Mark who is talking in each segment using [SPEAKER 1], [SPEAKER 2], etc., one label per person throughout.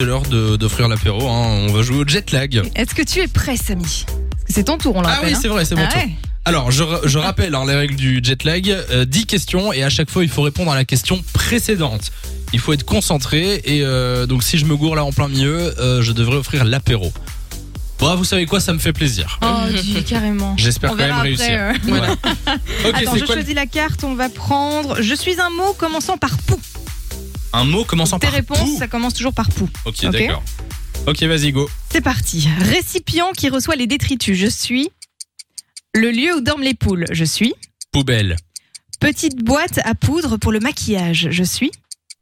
[SPEAKER 1] C'est l'heure de- d'offrir l'apéro, hein. on va jouer au jet lag.
[SPEAKER 2] Est-ce que tu es prêt, Samy Parce que C'est ton tour, on hein. l'a
[SPEAKER 1] Ah oui, c'est vrai, c'est mon tour. Alors, je, ra- je rappelle hein, les règles du jet lag. Euh, 10 questions et à chaque fois, il faut répondre à la question précédente. Il faut être concentré et euh, donc si je me gourre là en plein milieu, euh, je devrais offrir l'apéro. Bon, vous savez quoi, ça me fait plaisir.
[SPEAKER 2] Oh, dis, carrément.
[SPEAKER 1] J'espère
[SPEAKER 2] On
[SPEAKER 1] quand même
[SPEAKER 2] verra
[SPEAKER 1] réussir.
[SPEAKER 2] après. euh.
[SPEAKER 1] Voilà. Ok,
[SPEAKER 2] Attends,
[SPEAKER 1] c'est
[SPEAKER 2] je
[SPEAKER 1] quoi le-
[SPEAKER 2] choisis la carte, on va prendre. Je suis un mot commençant par pou.
[SPEAKER 1] un mot commençant
[SPEAKER 2] Tes
[SPEAKER 1] par
[SPEAKER 2] réponses,
[SPEAKER 1] pou
[SPEAKER 2] ça commence toujours par pou.
[SPEAKER 1] Ok,
[SPEAKER 2] ok.
[SPEAKER 1] d'accord. Ok, vas-y, go.
[SPEAKER 2] C'est parti. Récipient qui reçoit les détritus, je suis. Le lieu où dorment les poules, je suis.
[SPEAKER 1] Poubelle,
[SPEAKER 2] Petite boîte à poudre pour le maquillage, je suis.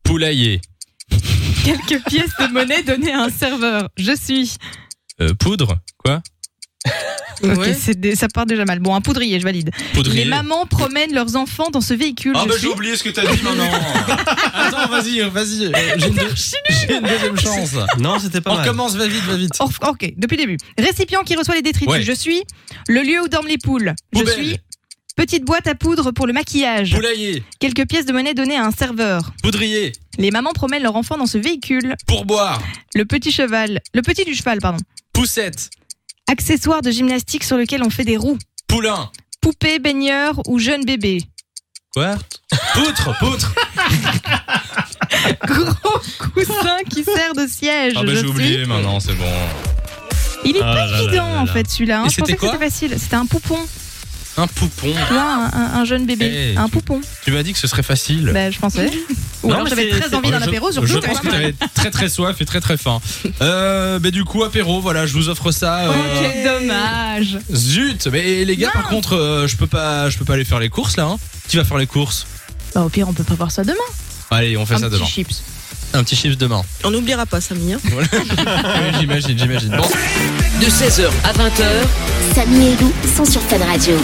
[SPEAKER 1] poulailler,
[SPEAKER 2] Quelques pièces de monnaie données à un serveur, je suis.
[SPEAKER 1] euh, poudre, quoi
[SPEAKER 2] Ok,
[SPEAKER 3] Ouais.
[SPEAKER 2] c'est des- ça part déjà mal. Bon, un poudrier, je valide.
[SPEAKER 1] Poudrier.
[SPEAKER 2] Les mamans promènent leurs enfants dans ce véhicule,
[SPEAKER 1] Ah
[SPEAKER 2] je
[SPEAKER 1] bah
[SPEAKER 2] suis.
[SPEAKER 1] j'ai oublié ce que t'as dit maintenant. Attends, vas-y, vas-y. euh, J'ai une, deux- j'ai une deuxième chance.
[SPEAKER 3] Non, c'était pas
[SPEAKER 1] On
[SPEAKER 3] mal.
[SPEAKER 1] commence, va vite, va vite.
[SPEAKER 2] Or- ok, depuis le début. Récipient qui reçoit les détritus.
[SPEAKER 1] Ouais.
[SPEAKER 2] Je suis le lieu où dorment les poules.
[SPEAKER 1] Poubelle.
[SPEAKER 2] Je suis petite boîte à poudre pour le maquillage.
[SPEAKER 1] Poulailler,
[SPEAKER 2] Quelques pièces de monnaie données à un serveur.
[SPEAKER 1] poudrier,
[SPEAKER 2] Les mamans promènent leur enfant dans ce véhicule.
[SPEAKER 1] pourboire,
[SPEAKER 2] Le petit cheval. Le petit du cheval, pardon.
[SPEAKER 1] poussette,
[SPEAKER 2] Accessoire de gymnastique sur lequel on fait des roues.
[SPEAKER 1] poulain.
[SPEAKER 2] Poupée, baigneur ou jeune bébé.
[SPEAKER 1] Quoi Poutre, poutre.
[SPEAKER 2] Gros coussin qui sert de siège.
[SPEAKER 1] Ah bah
[SPEAKER 2] je
[SPEAKER 1] j'ai
[SPEAKER 2] suis.
[SPEAKER 1] oublié maintenant, c'est bon.
[SPEAKER 2] Il est
[SPEAKER 3] Ah
[SPEAKER 2] pas
[SPEAKER 3] là là
[SPEAKER 2] évident
[SPEAKER 3] là là
[SPEAKER 2] en
[SPEAKER 3] là.
[SPEAKER 2] fait celui-là. hein.
[SPEAKER 1] Et
[SPEAKER 2] Je
[SPEAKER 1] c'était
[SPEAKER 2] pensais que c'était
[SPEAKER 1] quoi
[SPEAKER 2] facile. C'était un poupon.
[SPEAKER 1] Un poupon.
[SPEAKER 2] Tu vois, un, un- un jeune bébé.
[SPEAKER 1] Eh,
[SPEAKER 2] un
[SPEAKER 1] tu-
[SPEAKER 2] poupon.
[SPEAKER 1] Tu m'as dit que ce serait facile.
[SPEAKER 2] Bah, je pensais. Ou
[SPEAKER 3] Non,
[SPEAKER 2] alors
[SPEAKER 3] mais
[SPEAKER 2] j'avais
[SPEAKER 3] c'est-
[SPEAKER 2] très
[SPEAKER 3] c'est-
[SPEAKER 2] envie d'un
[SPEAKER 1] Je-
[SPEAKER 2] apéro, Ah, surtout.
[SPEAKER 1] Je pense que t'avais très très soif et très très faim. Euh, mais du coup, apéro, voilà, je vous offre ça. euh,
[SPEAKER 2] quel dommage
[SPEAKER 1] Zut Mais les gars, par contre, euh, je peux pas, je peux pas aller faire les courses là. hein. Qui va faire les courses
[SPEAKER 2] Bah au pire on peut pas voir ça demain.
[SPEAKER 1] Allez, on fait
[SPEAKER 2] un
[SPEAKER 1] ça
[SPEAKER 2] petit
[SPEAKER 1] demain.
[SPEAKER 2] chips.
[SPEAKER 1] Un petit chips demain.
[SPEAKER 3] On n'oubliera pas, Samy. hein.
[SPEAKER 1] Oui, j'imagine, j'imagine. Bon,
[SPEAKER 4] de 16h à 20h.
[SPEAKER 5] Samy et Lou sont sur Fun Radio.